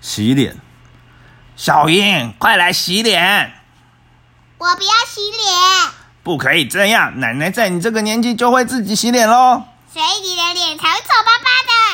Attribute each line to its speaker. Speaker 1: 洗脸。小英，快来洗脸！
Speaker 2: 我不要洗脸，
Speaker 1: 不可以这样，奶奶在你这个年纪就会自己洗脸喽。
Speaker 2: 所以你的脸才会丑巴巴的。